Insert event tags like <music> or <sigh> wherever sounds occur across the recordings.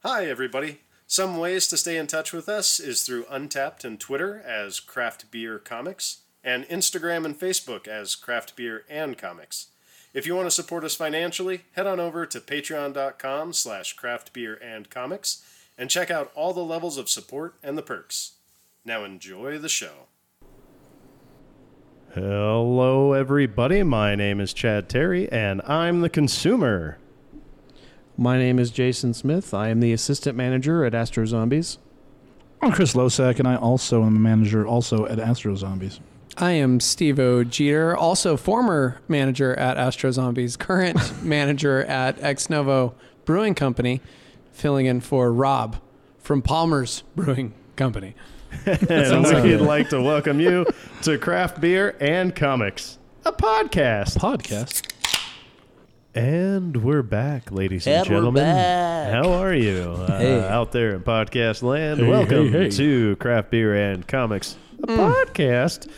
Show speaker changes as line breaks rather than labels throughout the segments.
Hi, everybody. Some ways to stay in touch with us is through Untapped and Twitter as Craft Beer Comics, and Instagram and Facebook as Craft Beer and Comics. If you want to support us financially, head on over to patreon.com slash craftbeerandcomics and check out all the levels of support and the perks. Now enjoy the show. Hello, everybody. My name is Chad Terry, and I'm the consumer.
My name is Jason Smith. I am the assistant manager at Astro Zombies.
I'm Chris Losak, and I also am a manager also at Astro Zombies.
I am Steve O. Jeter, also former manager at Astro Zombies,
<laughs>
current manager at Ex Novo Brewing Company, filling in for Rob from Palmer's Brewing Company.
And
Sounds
we'd
like-
like to welcome you to Craft Beer and Comics, a podcast.
Podcast.
And we're back, ladies and,
And we're
gentlemen.
back.
How are you uh,
Hey.
out there in podcast land? Welcome
hey, hey.
to Craft Beer and Comics, a
Mm.
podcast.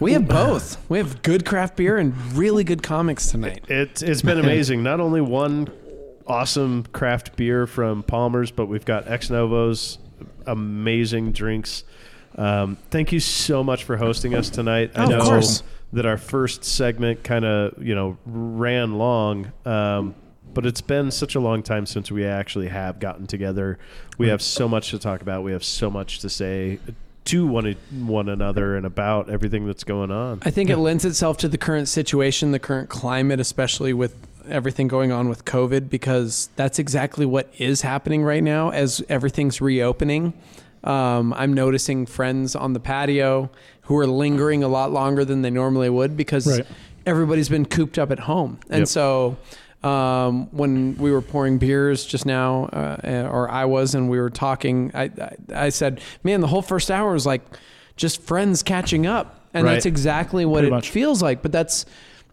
We have both. We have good craft beer and really good comics tonight.
It, it's
<laughs>
been amazing. Not only one awesome craft beer from Palmer's, but we've got Ex Novo's amazing drinks. Um, thank you so much for hosting us tonight. I
Oh, Of
know
course.
that our first segment kind of you know ran long, um, but it's been such a long time since we actually have gotten together. We have so much to talk about. We have so much to say to one one another and about everything that's going on.
I think it lends itself to the current situation, the current climate, especially with everything going on with COVID, because that's exactly what is happening right now as everything's reopening. Um, I'm noticing friends on the patio who are lingering a lot longer than they normally would because
Right.
everybody's been cooped up at home. And
Yep.
so um, when we were pouring beers just now, uh, or I was, and we were talking, I, I, I said, man, the whole first hour was like just friends catching up. And
Right.
that's exactly what
Pretty
it
much.
feels like. But that's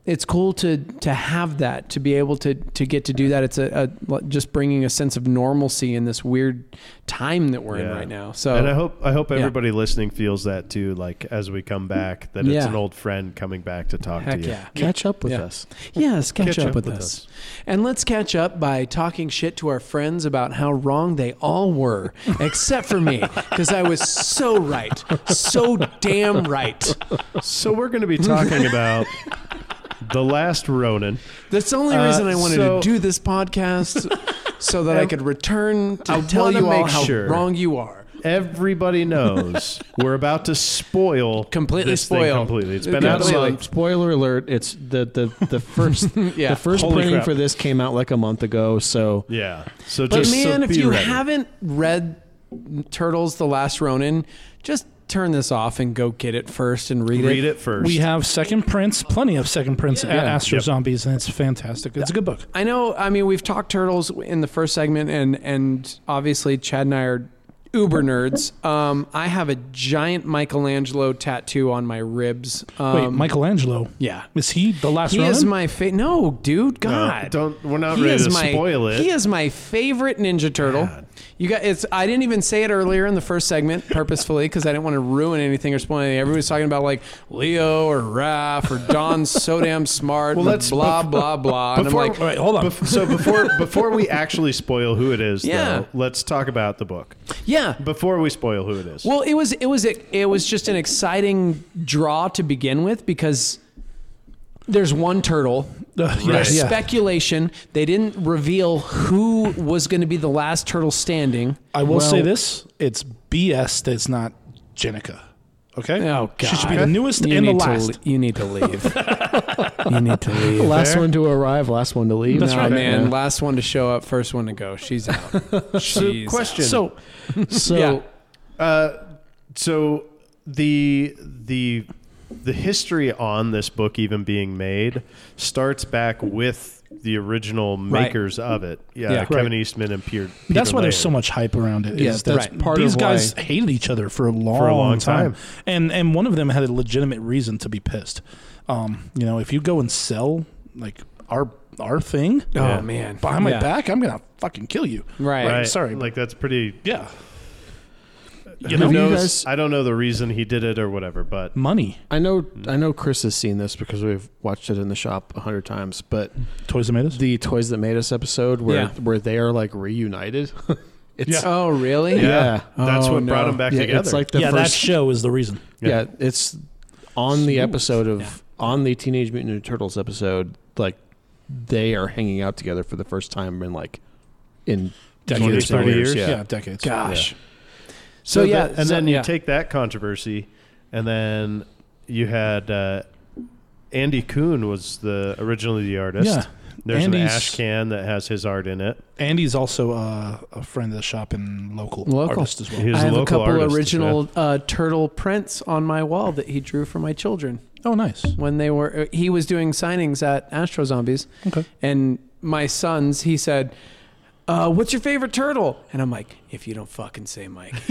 it's cool to to have that to be able to to get to do that. It's a, a just bringing a sense of normalcy in this weird time that we're in
Yeah.
right now. So
and I hope I hope
yeah.
everybody listening feels that too. Like as we come back, that it's
Yeah.
an old friend coming back to talk
heck
to you.
yeah.
Catch up with
Yeah.
us.
Yes, catch,
Catch
up,
up
with,
with
us.
us.
And let's catch up by talking shit to our friends about how wrong they all were, except for me, because I was so right. So damn right.
So we're going to be talking
<laughs>
about the last Ronin.
That's the only
Uh,
reason I wanted
so-
to do
<laughs>
this podcast, so that I could return to
I
tell
wanna
you all
make
how
sure.
wrong you are.
Everybody knows we're about to spoil
Completely
this thing
spoil.
completely. It's been
Yeah,
out a
Completely.
month.
like-
spoiler alert, it's the the, the first
Yeah.
the first
Holy
printing
crap.
for this came out like a month ago, so
Yeah. So
But
just so
man, if
be
you
ready.
haven't read Turtles: The Last Ronin, just turn this off and go get it first and read,
read
it.
it first.
We have second prints, plenty of second prints at
Yeah.
Astro
Yep.
Zombies, and it's fantastic. It's a good book.
I know. I mean, we've talked turtles in the first segment, and and obviously Chad and I are uber nerds. Um, I have a giant Michelangelo tattoo on my ribs. Um,
Wait, Michelangelo.
yeah.
Is he the last
He
Ronin?
is my fa- no, dude,
No,
God,
don't. We're not
He
ready
is
to
my
spoil it.
he is my favorite Ninja Turtle. You got it's. I didn't even say it earlier in the first segment purposefully because I didn't want to ruin anything or spoil anything. Everybody's talking about like Leo or Raph or
<laughs>
Don's so damn smart.
Well,
and
let's-
blah blah blah. And I'm
before-
like,
All right, hold on.
Bef- so
<laughs>
before before we actually spoil who it is,
Yeah.
though, let's talk about the book
yeah.
before we spoil who it is.
Well, it was it was it, was just an exciting draw to begin with because there's one turtle.
Uh, yeah,
There's
yeah.
speculation. They didn't reveal who was going to be the last turtle standing.
I will
Well-
say this: it's BS that it's not Jenica. Okay.
Oh God!
She should be the newest
You
and the
need to
last.
le- you need to
<laughs>
leave. you need to leave.
last one to arrive, last one to leave.
That's
no,
right.
man.
Yeah.
Last one to show up, first one to go. She's
<laughs>
out.
so
She's
question.
So
So
Yeah.
so the the the history on this book even being made starts back with the original makers of it. Yeah,
Yeah.
Kevin
Right.
Eastman and Peter.
That's
Peter
why
Laird.
there's so much hype around it.
Yeah,
is that's
right. part
these
of
guys
why-
hated each other for a long,
long
time.
time.
and and one of them had a legitimate reason to be pissed. Um, you know, if you go and sell like our our thing
Yeah.
Oh man!
behind my
Yeah.
back, I'm gonna fucking kill you.
Right.
Right.
Sorry.
like that's pretty.
Yeah, You know,
Have you
knows?
guys?
I don't know the reason he did it or whatever, but
money.
I know. I know. Chris has seen this because we've watched it in the shop a hundred times. But
Toys tomatoes.
the Toys That Made Us episode, where
Yeah.
where they are like reunited. <laughs> it's
Yeah.
Oh, really?
Yeah.
that's
Oh,
what brought
no.
him back
yeah,
together.
It's like the
yeah, that
first.
show is the reason.
yeah.
yeah.
it's on the
Smooth.
episode of
Yeah.
on the Teenage Mutant Ninja Turtles episode. Like they are hanging out together for the first time in like in
Decades,
years and
30 years?
Yeah.
Yeah, decades.
Gosh.
so,
So, yeah,
that- and
so-
then you
yeah.
take that controversy, and then you had uh, Andy Kuhn was the originally the artist.
Yeah.
There's an
Andy's-
ash can that has his art in it.
Andy's also uh, a friend of the shop and local,
Local.
artist as well.
His
I have
local
a couple
artist as
original
well.
uh, turtle prints on my wall that he drew for my children
Oh, nice.
when they were. uh, He was doing signings at Astro Zombies,
Okay.
and my sons. He said, uh, "What's your favorite turtle?" And I'm like, "If you don't fucking say Mike." <laughs>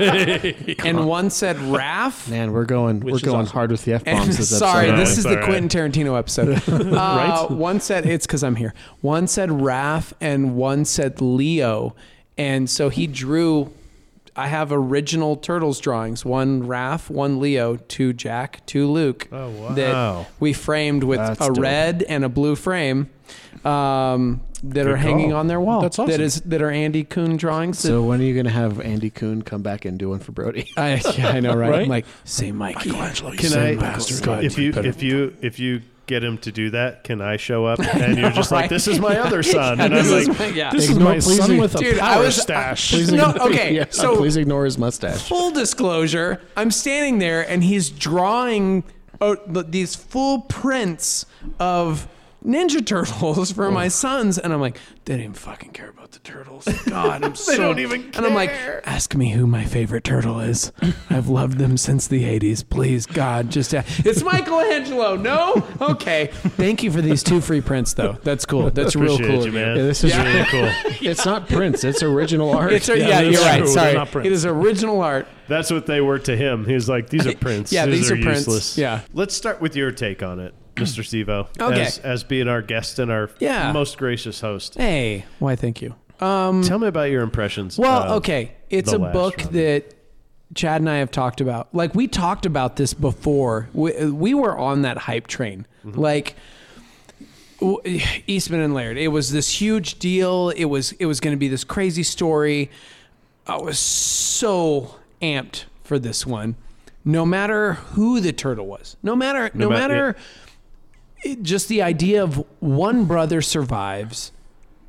and one said Raph.
Man, we're going
Which
we're
is
going
awesome.
hard with the f
<laughs> And
bombs. this
sorry,
episode.
No,
this
it's
is
all
the
right.
Quintin Tarantino episode. Uh,
Right?
One said it's because I'm here. One said Raph, and one said Leo, and so he drew. I have original turtles drawings: one Raph, one Leo, two Jack, two Luke.
Oh, wow.
That we framed with
That's
a
dope.
red and a blue frame. Um, that are
call.
hanging on their wall.
That's
That
awesome.
is that are Andy Kuhn drawings. That,
So when are you going to have Andy Kuhn come back and do one for Brody?
I, yeah, I know, right?
Right?
I'm like, say Mike.
Can I?
bastard.
If you if you if you get him to do that, can I show
<laughs>
up? And you're just like,
right?
this is
<laughs>
my other son, and I'm
This is
like,
my- yeah.
this
Ignore-
is my
please
son
ig-
with a
Dude, I
power
was-
stash.
Please <laughs> No, ignore- okay,
<laughs> Yeah,
so-
please ignore his mustache.
full disclosure, I'm standing there and he's drawing oh, th- these full prints of Ninja Turtles for my sons, and I'm like, they didn't fucking care about the turtles.
<laughs>
God, I'm they so.
don't even
And I'm like,
care.
ask me who my favorite turtle is.
<laughs>
I've loved them since the '80s. Please, God, just a- it's Michelangelo. No, okay. Thank you for these two free prints, though. That's cool.
<laughs>
That's real
appreciate
cool. of
you,
you.
man.
Yeah, this is
<laughs> really cool.
<laughs> It's not Prince. It's original art.
It's a,
Yeah,
yeah,
that's
you're right.
true. They're
Sorry,
not prints.
it is original art.
That's what they were to him. He was like, these
<laughs>
are prints.
Yeah, these are prints.
useless.
Yeah.
Let's start with your take on
<clears throat>
it, Mr. Stevo.
Okay.
As, as being our guest and our
Yeah.
most gracious host.
Hey, why? Thank you.
Tell me about your impressions. uh,
Well,
Uh,
of-
okay. It's
the
a
last
book
round.
that Chad and I have talked about. Like we talked about this before. We, we were on that hype train.
Mm-hmm.
Like w- Eastman and Laird. It was this huge deal. It was it was going to be this crazy story. I was so amped for this one. No matter who the turtle was. No matter no,
ma-
matter it- just the idea of one brother survives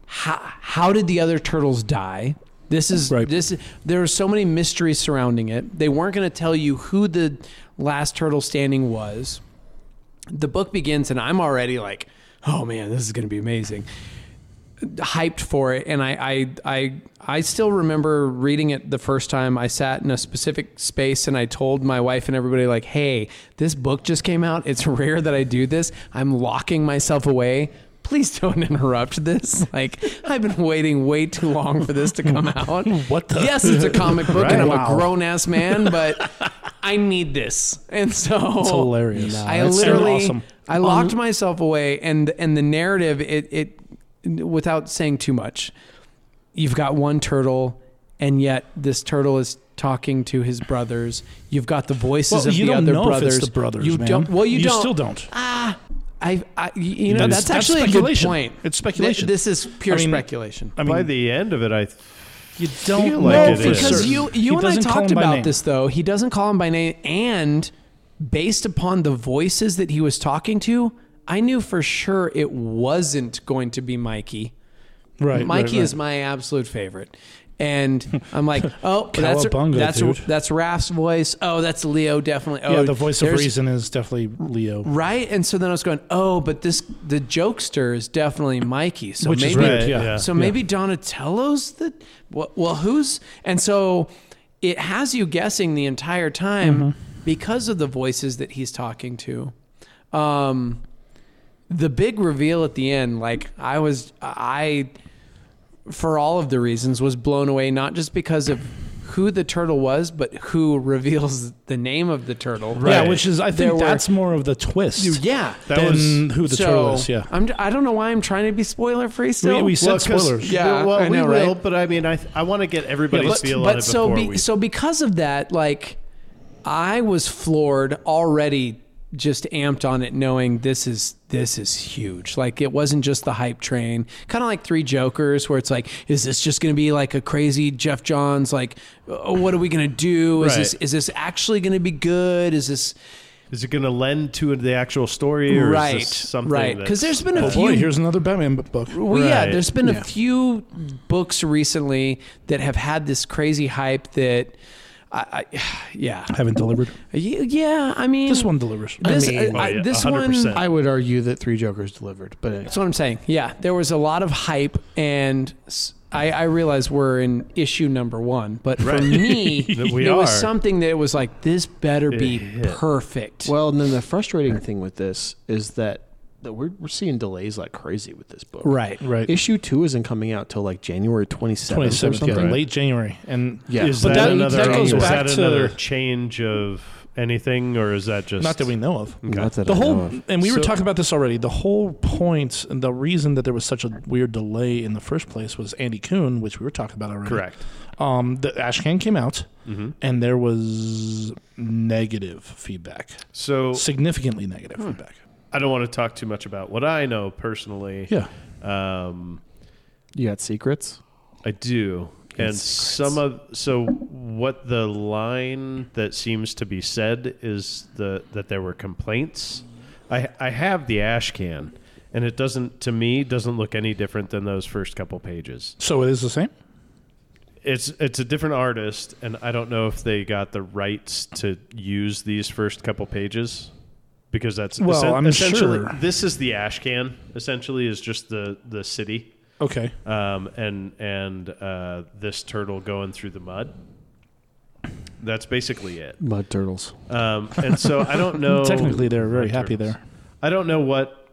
how, how did the other turtles die? This is
Right.
this. There are so many mysteries surrounding it. They weren't going to tell you who the last turtle standing was. The book begins, and I'm already like, "Oh man, this is going to be amazing!" Hyped for it, and I, I, I, I still remember reading it the first time. I sat in a specific space, and I told my wife and everybody, like, "Hey, this book just came out. It's <laughs> rare that I do this. I'm locking myself away." please don't <laughs> interrupt this. <laughs> Like, I've been waiting way too long for this to
<laughs>
come out.
What the-
Yes, it's a comic book, and I'm
<laughs> Right. Wow.
a grown ass man, but I need this. And
<laughs>
so
It's hilarious.
I
It's
literally,
awesome. Um,
I locked myself away, and and the narrative, it it, without saying too much, you've got one turtle, and yet this turtle is talking to his brothers. You've got the voices
Well,
of
you
the
don't
other
know
brothers.
if it's the brothers,
you
man.
don't. Well, you, don't. Ah,
still don't.
I, I you know,
That's-
that's,
that's
actually a good
speculation.
point.
It's speculation.
Th- this is pure
I mean,
speculation.
I
By
mean,
the end of it, I
you don't
feel
know
like it
for
is.
because
certain.
you
He
you and I
doesn't call
talked
him by
about
name.
this though. He doesn't call him by name, and based upon the voices that he was talking to, I knew for sure it wasn't going to be Mikey.
Right,
Mikey
right,
is my absolute favorite. And I'm
<laughs>
like, oh, that's
Cowabunga,
that's
dude.
that's Raph's voice. Oh, that's Leo, definitely.
right.
Oh,
yeah. The voice of
there's-
reason is definitely Leo.
right? And so then I was going, oh, but this the jokester is definitely Mikey. So
Which
maybe
is right, yeah.
yeah.
so maybe Donatello's the well, well, who's and so it has you guessing the entire time
Mm-hmm.
because of the voices that he's talking to. Um, the big reveal at the end, like I was, I for all of the reasons was blown away, not just because of who the turtle was, but who reveals the name of the turtle.
Yeah,
Right.
which is I
There
think
were-
that's more of the twist
Yeah.
than
That was-
who the
so,
turtle is. Yeah,
I'm, I don't know why I'm trying to be spoiler free still.
we, we said
'cause-
spoilers.
Yeah,
well,
I know,
we will,
right?
but I mean, I I want to get everybody's
but-
feel on it
so
before
be,
we.
so because of that, like I was floored already, just amped on it, knowing this is this is huge. Like it wasn't just the hype train, kind of like Three Jokers, where it's like, is this just going to be like a crazy Jeff Johns? Like, oh, what are we going to do? Is this
Right.
is this actually going to be good? Is this
is it going to lend to the actual story, or
right?
is this something
right?
that's-
Because there's been a
Oh
few
boy, here's another Batman b- book.
Well, yeah,
Right.
there's been
Yeah.
a few books recently that have had this crazy hype that, I, <sighs> I yeah,
Haven't delivered.
Y- yeah. I mean,
This one delivers.
this,
I mean-
uh, I-
Oh, yeah,
this
100%.
one.
I would argue that Three Jokers delivered, but anyway.
That's what I'm saying. Yeah, there was a lot of hype, and s- I, I realize we're in issue number one, but for
Right.
me,
<laughs> That we
it was
are.
something that it was like this better be perfect.
Well, and then the frustrating thing with this is that that we're we're seeing delays like crazy with this book.
right.
Right.
Issue two isn't coming out till like January twenty
Twenty
seventh or
seventh,
something.
late January, and
Yeah.
Is
But
that,
that-
another?
that goes
is
back
that
to-
another change of anything, or is that just
not that we know of.
Not that
The
I know
whole
of.
and we were
So-
talking about this already. The whole point and the reason that there was such a weird delay in the first place was Andy Kuhn, which we were talking about already.
correct?
Um, the Ashcan came out, and there was negative feedback,
So
significantly negative feedback.
I don't want to talk too much about what I know personally.
Yeah,
Um,
You got secrets?
I do. And
Yes.
some of so what the line that seems to be said is the that there were complaints. I I have the ash can and it doesn't to me doesn't look any different than those first couple pages.
so it is the same.
It's it's a different artist and I don't know if they got the rights to use these first couple pages because that's
Well,
essen-
I'm
essentially
sure.
this is the ash can essentially is just the the city
Okay,
um, and and uh, this turtle going through the mud. That's basically it.
Mud turtles.
Um, and so I
<laughs>
don't know.
technically they're very
Mud
happy
turtles.
there.
I don't know what.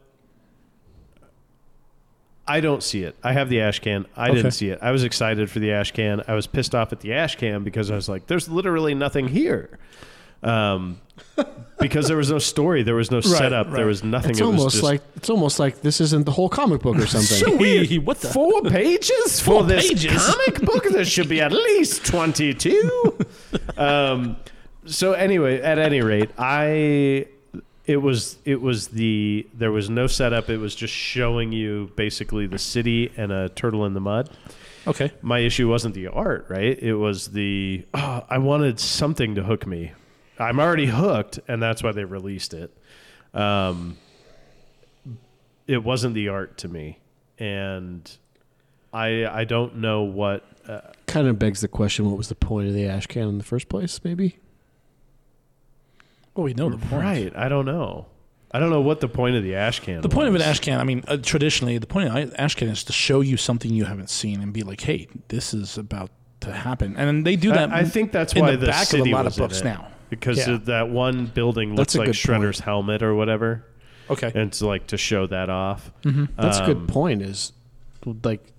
I don't see it. I have the ash can. I
Okay.
didn't see it. I was excited for the ash can. I was pissed off at the ash can because I was like, "There's literally nothing here," um, because there was no story, there was no setup,
<laughs> right.
there was nothing.
It's
It was
almost
just-
like it's almost like this isn't the whole comic book <laughs> or something.
what the?
Four pages? Four this comic book? There should be at least 22. um, so anyway, at any rate, I it was it was the there was no setup. It was just showing you basically the city and a turtle in the mud.
Okay,
My issue wasn't the art, right? It was the oh, I wanted something to hook me. I'm already hooked, and that's why they released it. Um, it wasn't the art to me, and I I don't know what
kind of begs the question: What was the point of the ash can in the first place? Maybe.
well we know the point.
right. I don't know. I don't know what the point of the ash can.
The point of an ash can, I mean, uh, traditionally, the point of an ash can is to show you something you haven't seen and be like, "Hey, this is about to happen," and then they do that.
I, I think that's
in
why
the,
the
back of a
city
lot of
was in
books
it.
now.
because
Yeah.
of that one building looks
That's a
like
good
Shredder's helmet or whatever,
Okay,
and it's like to show that off.
Mm-hmm.
That's a
Um,
good point. Is like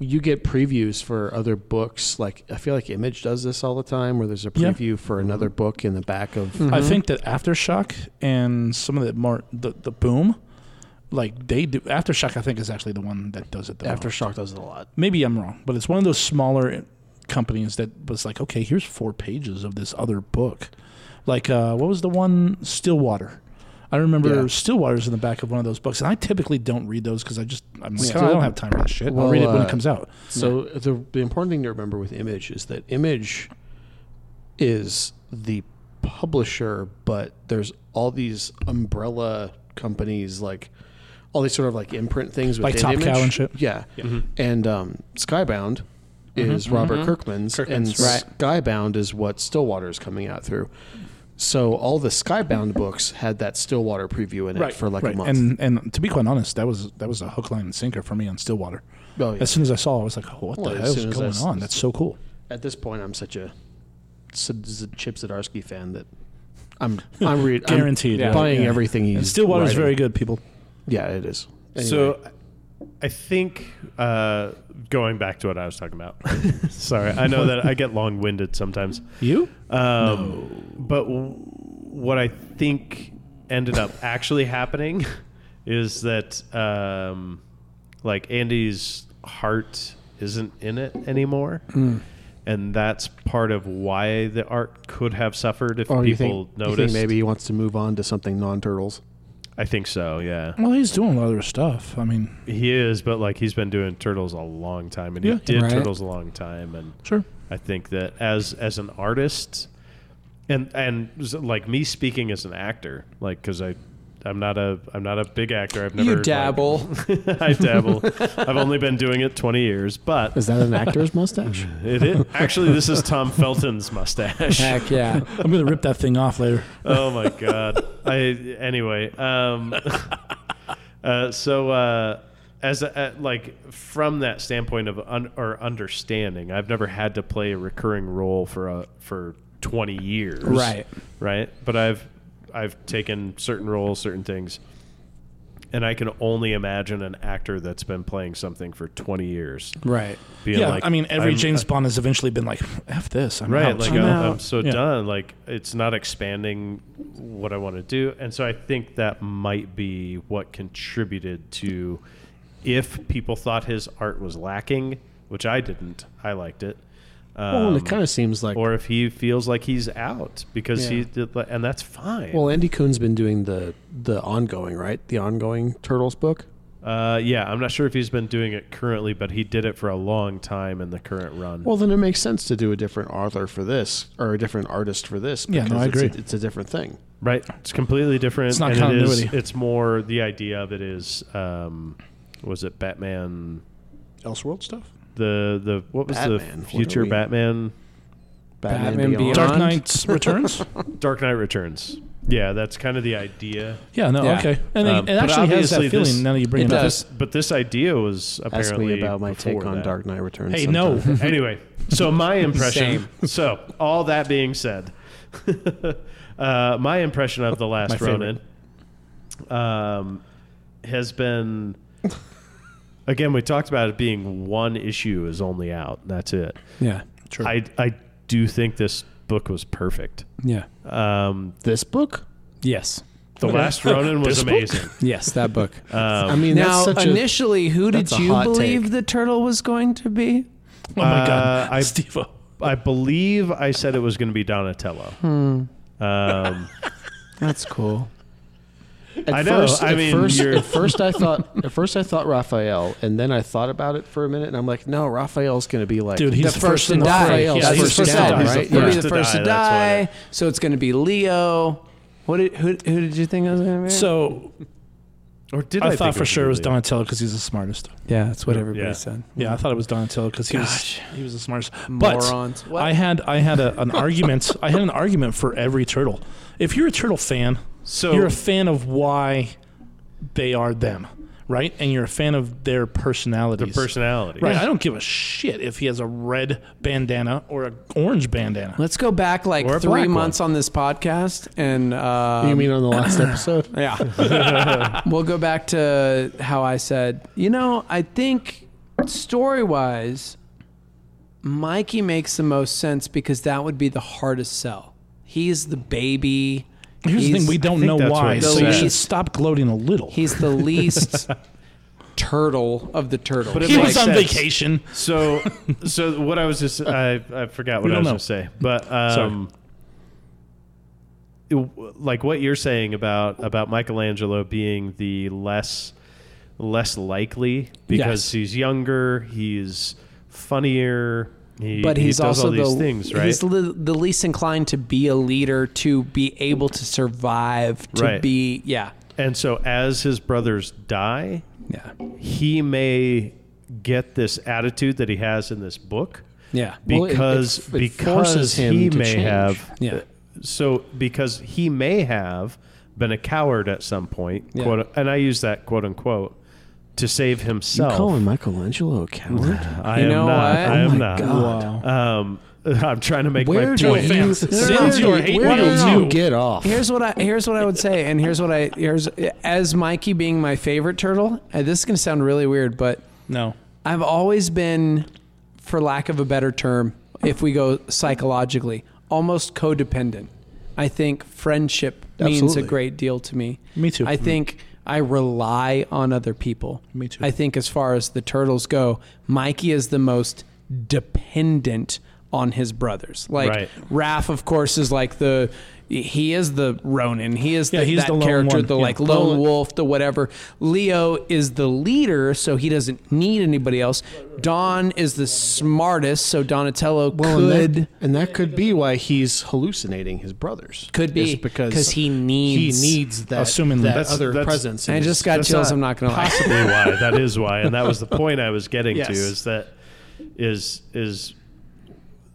you get previews for other books. Like I feel like Image does this all the time, where there's a
Yeah. Hmm.
preview for another book in the back of.
I
Mm-hmm.
think that aftershock and some of the more the, the boom, like they do. Aftershock, I think, is actually the one that does it. The most.
Aftershock does it a lot.
maybe I'm wrong, but it's one of those smaller companies that was like, okay, here's four pages of this other book. Like, uh, what was the one Stillwater? I remember
Yeah.
Stillwater's in the back of one of those books, and I typically don't read those because I just I'm like,
Still-
"Oh, I don't have time for that shit. I'll
Well,
read it when it
uh,
comes out.
So the the important thing to remember with Image is that Image is the publisher, but there's all these umbrella companies like all these sort of like imprint things
Like
within
Top
Image.
Cow and shit? Mm-hmm.
Yeah, and um, Skybound is Robert Kirkman's,
Kirkman's,
and
right.
Skybound is what Stillwater is coming out through. So all the Skybound books had that Stillwater preview in it for like
right.
a month.
And and to be quite honest, that was that was a hook, line, and sinker for me on Stillwater.
Oh, yeah.
As soon as I saw, it, I was like, oh, "What
Well,
the
as
hell is
soon as I
going
s-
on? That's so cool."
At this point, I'm such a, s- z- Chip Zdarsky fan that I'm <laughs> I'm re- I'm
Guaranteed, yeah.
buying
Yeah.
everything he's.
And Stillwater's
writing.
very good, people.
Yeah, it is. Anyway,
So I think uh, going back to what I was talking about. <laughs> Sorry, I know that I get long winded sometimes.
You?
Um, But w- what I think ended up actually happening is that um, like Andy's heart isn't in it anymore.
Hmm.
And that's part of why the art could have suffered if people
Or Oh, you think, you
noticed.
think maybe he wants to move on to something non-turtles?
I think so, yeah.
Well, he's doing other stuff. I mean,
He is, but like he's been doing Turtles a long time and
Yeah.
he did
Right.
Turtles a long time and
sure.
I think that as as an artist, and and s- like me speaking as an actor, like because I. I'm not a I'm not a big actor. I've never
you
like-
dabble.
<laughs> I dabble. I've only been doing it 20 years, but
Is that an actor's mustache?
it is actually this is Tom Felton's mustache.
<laughs>
<laughs>
Heck yeah.
I'm gonna rip that thing off later.
oh my god i anyway um <laughs> uh so uh as a, uh, like from that standpoint of un- or understanding i've never had to play a recurring role for a for 20 years
Right.
right but i've i've taken certain roles certain things and i can only imagine an actor that's been playing something for 20 years
Right.
being
Yeah,
like,
I mean, every
I'm- uh,
James Bond has eventually been like, "F this." I'm
right
out.
like uh,
I'm
I'm,
out.
I'm so
Yeah.
done like it's not expanding what i want to do and so i think that might be what contributed to if people thought his art was lacking which i didn't i liked it
well, and
Um,
it kind of seems like.
or if he feels like he's out because he
Yeah.
did, and that's fine
well, Andy Kuhn's been doing the the ongoing, right? The ongoing Turtles book.
uh, yeah i'm not sure if he's been doing it currently but he did it for a long time in the current run
Well, then it makes sense to do a different author for this or a different artist for this.
Yeah, no, I
because it's a- It's
agree.
a, different thing.
Right. It's completely different.
It's not
and it is-
continuity.
it's more the idea of it is um, was it Batman
Elseworld stuff.
the the what was
Batman,
the
what are
future
we-
Batman
Batman Beyond.
Dark Knight's
<laughs>
Returns.
Dark Knight Returns. Yeah, that's kind of the idea.
Yeah, no,
Yeah.
okay, and
Um,
it- it
but
actually has that
obviously
feeling.
this-
now that you bring
it
it, up,
does.
But this idea was
Ask
apparently
me about my take
before
on
that.
Dark Knight Returns.
Hey,
sometime.
no, <laughs>
anyway, so my impression. so all that being said, <laughs> uh, my impression of the
My
last
favorite.
Ronin um, has been. Again, we talked about it being one issue is only out. That's it.
Yeah.
True.
I I do think this book was perfect.
Yeah.
Um,
This book?
Yes.
the last Ronin was amazing.
Yes,
<laughs>
that book.
Um,
I mean,
now,
that's such a.
initially, who did
that's a
you
hot
believe
take.
the turtle was going to be?
oh my
Uh,
god,
I- <laughs>
Steve-O.
I believe I said it was going to be Donatello.
Hmm.
Um,
That's cool.
At
I know,
First,
I
at
mean,
first,
you're-
at first I thought, at first I thought Raphael, and then I thought about it for a minute, and I'm like, no, Raphael's going to be like
Dude, he's
The
the
first to
in the
die.
fray.
Yeah,
That's
he's
first
the
to
first to
die,
die. He's
right?
the
You'll be
first
the
to
first to
die,
die. So it's going to be Leo. What did who, who did you think it was going to be?
So
or did
I,
I,
thought
think
for sure it was
Donatello?
Donatello because he's the smartest.
yeah, that's what everybody
Yeah.
said.
Yeah, I thought it was Donatello because he was he was the smartest. But
Morons. What?
I had I had
<laughs>
a, an argument. I had an argument for every turtle. If you're a turtle fan,
So-
you're a fan of why they are them, right? And you're a fan of their personalities.
personality.
Right, I don't give a shit if he has a red bandana or an orange bandana.
Let's go back like
Or a black
three
one.
months on this podcast, and uh,
You mean on the
<laughs>
last episode?
yeah, we'll go back to how I said. You know, I think story wise, Mikey makes the most sense because that would be the hardest sell. He's the baby.
Here's the
He's-
thing: we don't
think
know
that's what
why,
it
so you
says.
should stop gloating a little.
He's the
<laughs>
least turtle of the turtles.
But it
he
makes
was on
sense.
vacation.
So, <laughs> so what I was just I I forgot what
We
I was
don't
going to say, but um, it w- like what you're saying about about Michelangelo being the less less likely because
Yes.
he's younger, he's funnier, he,
but
he
he's
does
also
all these
the
things, right?
he's li- the least inclined to be a leader, to be able to survive, to
Right.
be yeah,
and so as his brothers die,
yeah,
he may get this attitude that he has in this book
yeah.
Well, it- it-
because
<laughs> it
because
forces him
he
to
may
change.
have
Yeah.
so because he may have been a coward at some point quote, and I use that quote unquote to save himself.
Michelangelo a coward?
I
You
am
know
not.
what?
I
Oh
am
my
not. Um, <laughs> I'm trying to make
Where
my
do
point.
you,
Since you are
where do, where do
812.
you get off?
Here's what I here's what I would say, and here's what I here's as Mikey being my favorite turtle. uh, This is gonna sound really weird, but
No,
I've always been, for lack of a better term, if we go psychologically, almost codependent. I think friendship means a
Absolutely.
great deal to me.
Me too.
I think I rely on other people.
Me too.
I think as far as the turtles go, Mikey is the most dependent on his brothers. Like
Right.
Raph, of course, is like the he is the Ronin. He is
Yeah,
the,
he's
that
the lone
character,
one.
the
Yeah.
like lone
Lone-
wolf, the whatever. Leo is the leader, so he doesn't need anybody else. Don is the smartest, so Donatello
and
could
that, and that could be why he's hallucinating his brothers.
could be
It's because
he needs.
he needs that
Assuming
that
that's-
other
that's-
presence. in
I
his-
just got
That's
chills.
not
I'm not gonna lie.
possibly why that is why and that was the point i was getting
Yes.
to is that is is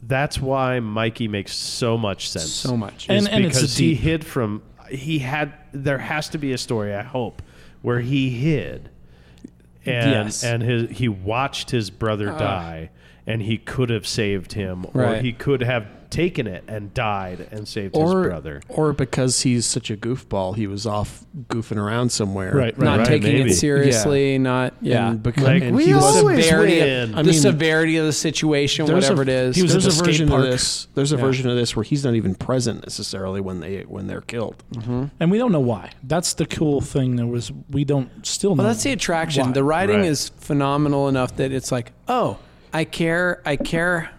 that's why mikey makes so much sense
So much.
Is
And- and it's
because
a
he
deep-
hid from he had there has to be a story i hope where he hid and
Yes.
and his he watched his brother die and he could have saved him or
Right.
he could have taken it and died and saved his
or
brother
or because he's such a goofball, he was off goofing around somewhere.
Right, right.
not taking
maybe.
it seriously, not yeah.
And because
Like,
and
we
he was
always
a
severity,
win.
the
I mean,
severity of the situation,
there's
whatever
a-
it is.
he was
there's
at
a
the
version
skate park.
of this. There's a version of this where he's not even present necessarily when they when they're killed.
and we don't know why. That's the cool thing. There was we don't still. know
Well, that's the attraction.
why.
The writing
Right.
is phenomenal enough that it's like, oh, I care. I care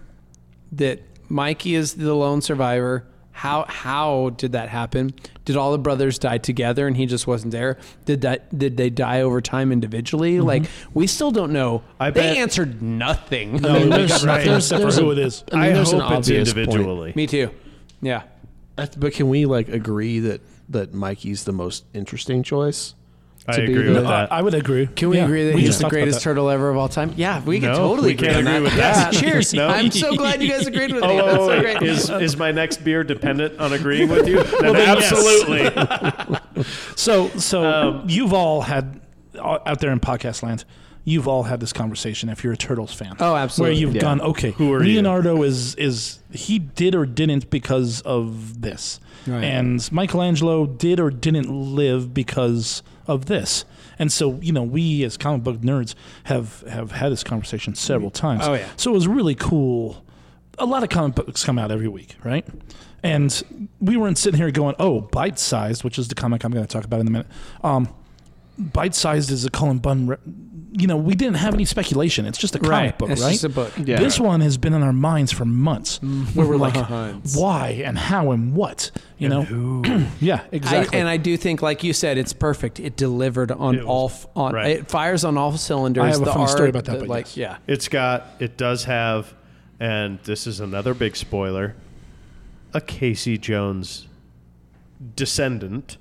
that Mikey is the lone survivor. How how did that happen? Did all the brothers die together and he just wasn't there? Did that did they die over time individually? Like we still don't know.
I
they
bet-
answered nothing.
I mean, there's,
right.
there's,
except
there's
for
a-
who it is.
I mean,
i
there's an
hope it's
obvious Point.
individually
Me too. Yeah.
Uh, But can we like agree that that Mikey's the most interesting choice?
i
to be
agree
the-
with
No, I,
that
I would agree.
Can we
Yeah,
agree that
we
he's
just
the
talked about
greatest
that.
turtle ever of all time? Yeah, we can
No,
totally
we can't
on
agree with that.
Yeah, <laughs> cheers.
No.
I'm so glad you guys agreed with me.
Oh,
That's
wait,
so
wait,
great.
Is, is my next beer dependent on agreeing with you? Then
then yes.
absolutely.
So, so you've all had uh, out there in podcast land. You've all had this conversation if you're a Turtles fan.
Oh, absolutely.
Where you've
Yeah.
gone, okay, who
are you?
Leonardo is is he did or didn't because of this,
Right.
and Michelangelo did or didn't live because of this. And so, you know, we as comic book nerds have have had this conversation several times.
Oh, yeah.
So it was really cool. A lot of comic books come out every week, right? And we weren't sitting here going, "Oh, bite sized," which is the comic I'm going to talk about in a minute. Um, bite sized is a Cullen Bunn. Re- you know, we didn't have any speculation. It's just a comic
Right.
book,
It's
right?
just a book. Mm-hmm.
Yeah.
This one has been in our minds for months, where we're like,
Months.
"Why and how and what?" You know? <clears throat> yeah, exactly.
I, and I do think, like you said, it's perfect. It delivered on
was-
all. f- On
right.
it fires on all cylinders.
I have a
the
funny story
art,
about that,
the-
but
like,
yes.
yeah,
It's got, it does have, and this is another big spoiler, a Casey Jones descendant.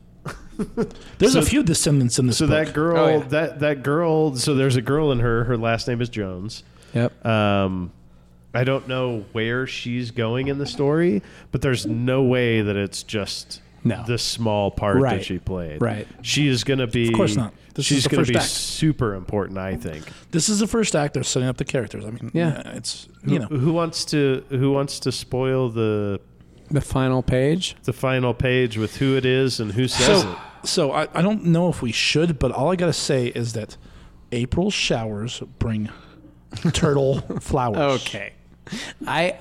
There's a
so-
few descendants in this
So
book.
that girl,
Oh, yeah.
that, that girl, so there's a girl in her. Her last name is Jones.
yep.
Um, I don't know where she's going in the story, but there's no way that it's just
No.
the small part
Right.
that she played.
Right.
She is going to be. Of
course not. This is
she's
the
going
first
to be
act.
super important, I think.
this is the first act. They're setting up the characters. I mean,
Yeah.
yeah, it's you know,
Who wants to Who wants to spoil the
the final page.
the final page with who it is and who says
So,
it?
so I, I don't know if we should, but all I gotta say is that April showers bring
<laughs>
turtle flowers.
Okay, I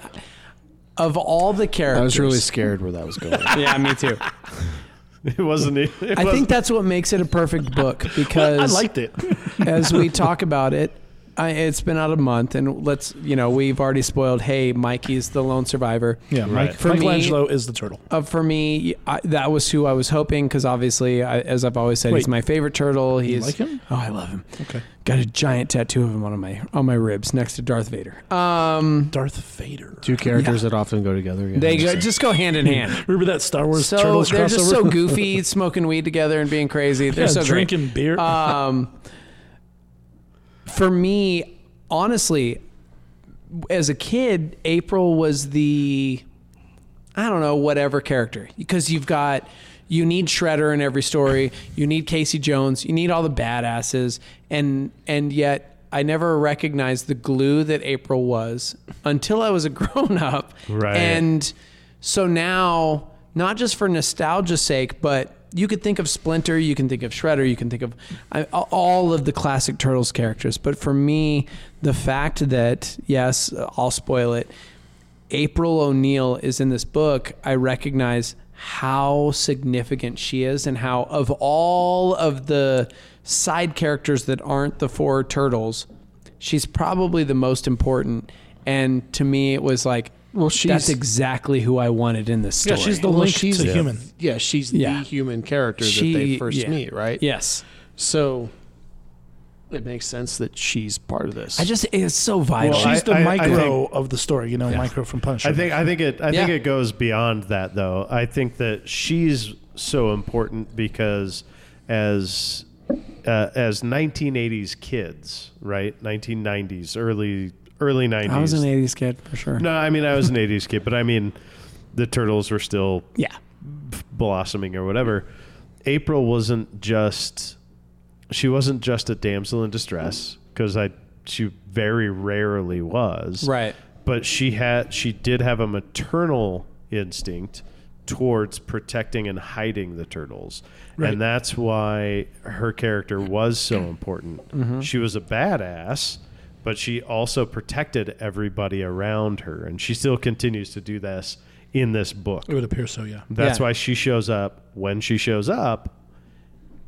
of all the characters,
I was really scared where that was <laughs> going.
yeah, me too.
It <laughs> wasn't. e- It, it
<laughs> I
wasn't-
think that's what makes it a perfect
<laughs>
book because
I
<laughs>
liked it.
as
<laughs>
we talk about it, I, it's been out a month, and let's you know we've already spoiled. Hey, Mikey's the lone survivor.
Yeah,
Right.
Mike,
For
me-
Michelangelo is the turtle.
Uh, for me, I, that was who I was hoping because obviously, I, as I've always said,
Wait.
he's my favorite turtle. He's
like him?
Oh, I love him.
Okay,
Got a giant tattoo of him on my on my ribs next to Darth Vader. Um,
Darth Vader.
Two characters that often go together. Yeah,
they go,
understand.
just go hand in
<laughs>
hand.
Remember that Star Wars
So
turtles
they're
crossover?
just
<laughs>
so goofy, smoking weed together and being crazy. They're
yeah,
so great.
drinking beer.
Um, for me, honestly, as a kid, April was the I don't know whatever character because you've got you need Shredder in every story, you need Casey Jones, you need all the badasses, and and yet. I never recognized the glue that April was until I was a <laughs> grown up.
Right.
And so now, not just for nostalgia's sake, but You could think of Splinter, you can think of Shredder, you can think of I, all of the classic Turtles characters. But for me, the fact that, yes, I'll spoil it, April O'Neil is in this book, I recognize how significant she is and how, of all of the side characters that aren't the four turtles, she's probably the most important. And to me, it was like,
Well,
that's
she's-
exactly who I wanted in this
Yeah,
story.
she's the
Well,
link
she's
to
the-
human.
Yeah, she's
Yeah.
the human character
She-
that they first
yeah.
meet, right?
Yes.
So it makes sense that she's part of this.
I just it's so vital.
Well,
She's
I-
the
I- I
micro of the story, you know, micro from Punisher.
I think I think it I think
Yeah.
it goes beyond that though. I think that she's so important because as uh, as 1980s kids, right? 1990s, early early 90s.
I was an '80s kid for sure.
no, I mean I was an 80s kid, but I mean the turtles were still
Yeah.
blossoming or whatever. April wasn't just she wasn't just a damsel in distress because I she very rarely was
Right.
but she had she did have a maternal instinct towards protecting and hiding the turtles and that's why her character was so important she was a badass but she also protected everybody around her and she still continues to do this in this book
it would appear so. Yeah.
that's
Yeah.
why she shows up when she shows up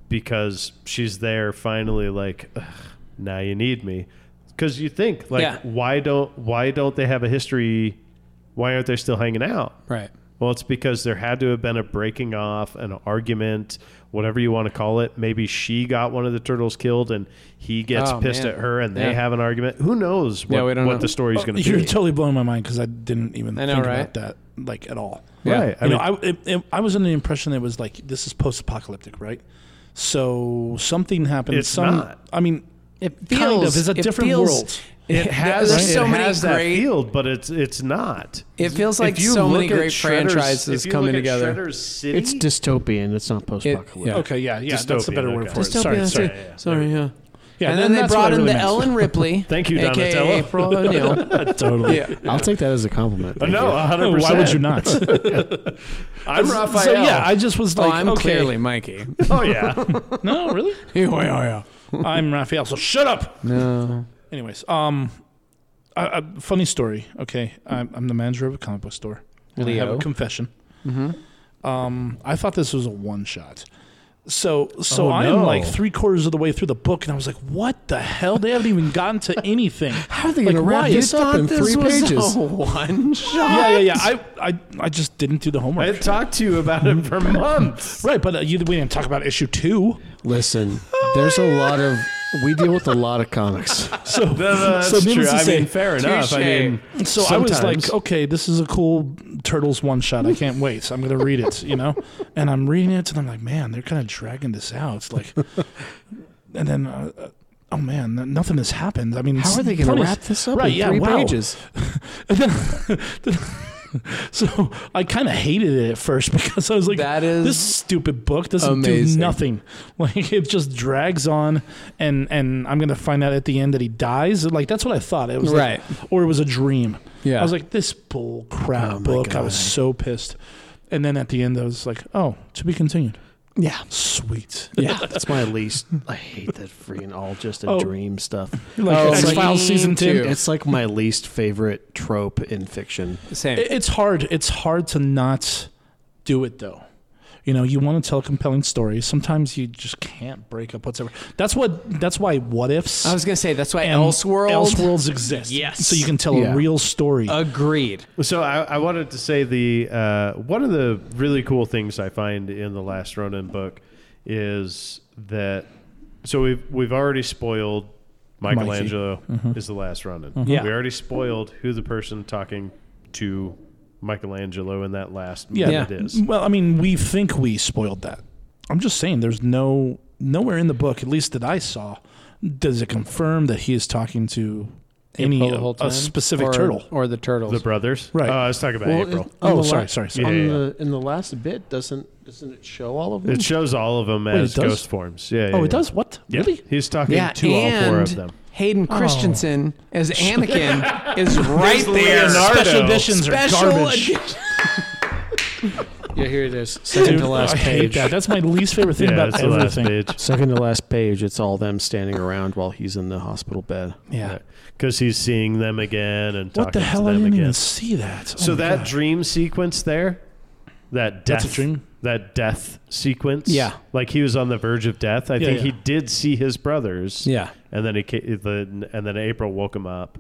because she's there finally like "Ugh, now you need me cuz you think like
Yeah.
why don't why don't they have a history why aren't they still hanging out
Right.
well it's because there had to have been a breaking off an argument whatever you want to call it maybe she got one of the turtles killed and he gets
Oh,
pissed
man.
at her and they
Yeah.
have an argument who knows what,
Yeah, we don't
what
know.
the story's going to
Oh, You're
be
totally blowing my mind because I didn't even
I know,
think
right?
about that like at all.
Yeah.
right I
you
mean,
know, I, it, it- I was under the impression that it was like this is post-apocalyptic, right? So something happened.
It's
some,
not.
I mean,
It feels
Kind of. It's a
it
different
feels-
world.
it has,
there's
it
so many
has that
great
field but it's it's not
It feels
If
like
you
so many
look at
great
Shredder's-
franchises
if you
coming
look at
together.
Shredder's City,
it's dystopian. It's not post-apocalyptic.
yeah.
okay, yeah, yeah, that's a
Dystopian,
better word
okay.
for it.
Dystopian,
Sorry,
that's
sorry.
it. Sorry, yeah.
Yeah,
and then, they
that's what
brought
I
in
really
the
meant.
Ellen <laughs> Ripley.
Thank you,
AKA
Donatello.
April O'Neil. <laughs>
totally.
yeah.
I'll take that as a compliment.
Oh,
thank
Oh, no,
you.
100.
Oh, Why
percent
would you not? <laughs>
I'm Raphael.
So yeah, I just was like,
oh, I'm
okay.
clearly Mikey.
oh
<laughs>
yeah.
no, really.
oh, <laughs> yeah,
I'm Raphael. So shut up.
No.
Anyways, um, I, I, funny story. Okay, I'm, I'm the manager of a comic book store. And I have a
Leo.
confession. Um, I thought this was a one shot. So, so
Oh,
I
no.
am like three quarters of the way through the book, and I was like, "What the hell? They haven't even gotten to anything."
How are they
Like, why? You
thought this was <laughs> a
one shot.
yeah, yeah, yeah. I, I, I just didn't do the
I
homework.
had talked to you about it
<laughs>
for months.
right, but uh, you, we didn't talk about issue two.
Listen, there's a lot of we deal with a lot of <laughs> comics.
So,
No, no, that's
Oh, so
true.
needless to
I
say,
mean, fair enough. I
touche.
mean,
So I was
Sometimes.
like, okay, this is a cool Turtles one shot. I can't wait. So I'm going to read it, you know? And I'm reading it and I'm like, man, they're kind of dragging this out. It's like, and then, uh, uh, oh man, n- nothing has happened. I mean,
How are they going to wrap this up
Right,
in
yeah,
three
wow.
pages?
And then, then- <laughs> so I kind of hated it at first <laughs> because I was like,
That is
this stupid book doesn't
amazing.
do nothing. <laughs> Like it just drags on, and and I'm gonna find out at the end that he dies. Like that's what I thought. It was
Right.
like- or it was a dream.
Yeah. Oh
I was like, this bull crap book. I was so pissed. And then at the end, I was like, oh, to be continued.
Yeah.
Sweet.
Yeah.
That's my least. I hate that freaking all just a
Oh.
dream stuff.
<laughs> Like
Oh,
X Files
me
season two.
too.
It's like my least favorite trope in fiction.
Same.
It- It's hard. It's hard to not do it though. You know, you want to tell a compelling story. Sometimes you just can't break up whatsoever. That's what. That's why what ifs.
I was going to say, that's why Elseworld.
Elseworlds exist.
Yes.
So you can tell
Yeah.
a real story.
Agreed.
So I, I wanted to say the uh, one of the really cool things I find in the Last Ronin book is that so we've we've already spoiled Michelangelo
Mm-hmm.
is the Last Ronin.
Yeah.
we already spoiled who the person talking to Michelangelo in that last
Yeah.
minute
Yeah.
is.
Well, I mean, we think we spoiled that. I'm just saying there's no nowhere in the book, at least that I saw, does it confirm that he is talking to any
The whole
a,
time?
specific
Or-
turtle.
Or the turtles.
The brothers,
Right.
Oh, I was talking about April.
it-
Oh,
on the
sorry,
la-
sorry, sorry.
on
Yeah, yeah.
the- in the last bit, doesn't doesn't it show all of them?
It shows all of them
it
as
does?
ghost forms. Yeah.
oh,
yeah,
it does? What?
yeah.
Really?
He's talking
yeah,
to all four of them.
Hayden Christensen <laughs> as Anakin is right there.
Leonardo.
Special editions are
Special
garbage.
edition.
Yeah, here it is. Second to last
I hate
page.
that. That's my least favorite thing
yeah,
about
that's the last
everything.
page.
Second to last page, it's all them standing around while he's in the hospital bed.
Yeah.
Because he's seeing them again and talking
What the hell?
to
I
them
didn't
again.
even see that. Oh
so
my
that
God.
dream sequence there, that death,
That's a dream?
that death sequence.
Yeah.
like he was on the verge of death. I
Yeah,
think
yeah.
he did see his brothers.
Yeah.
and then he ca- the and then April woke him up.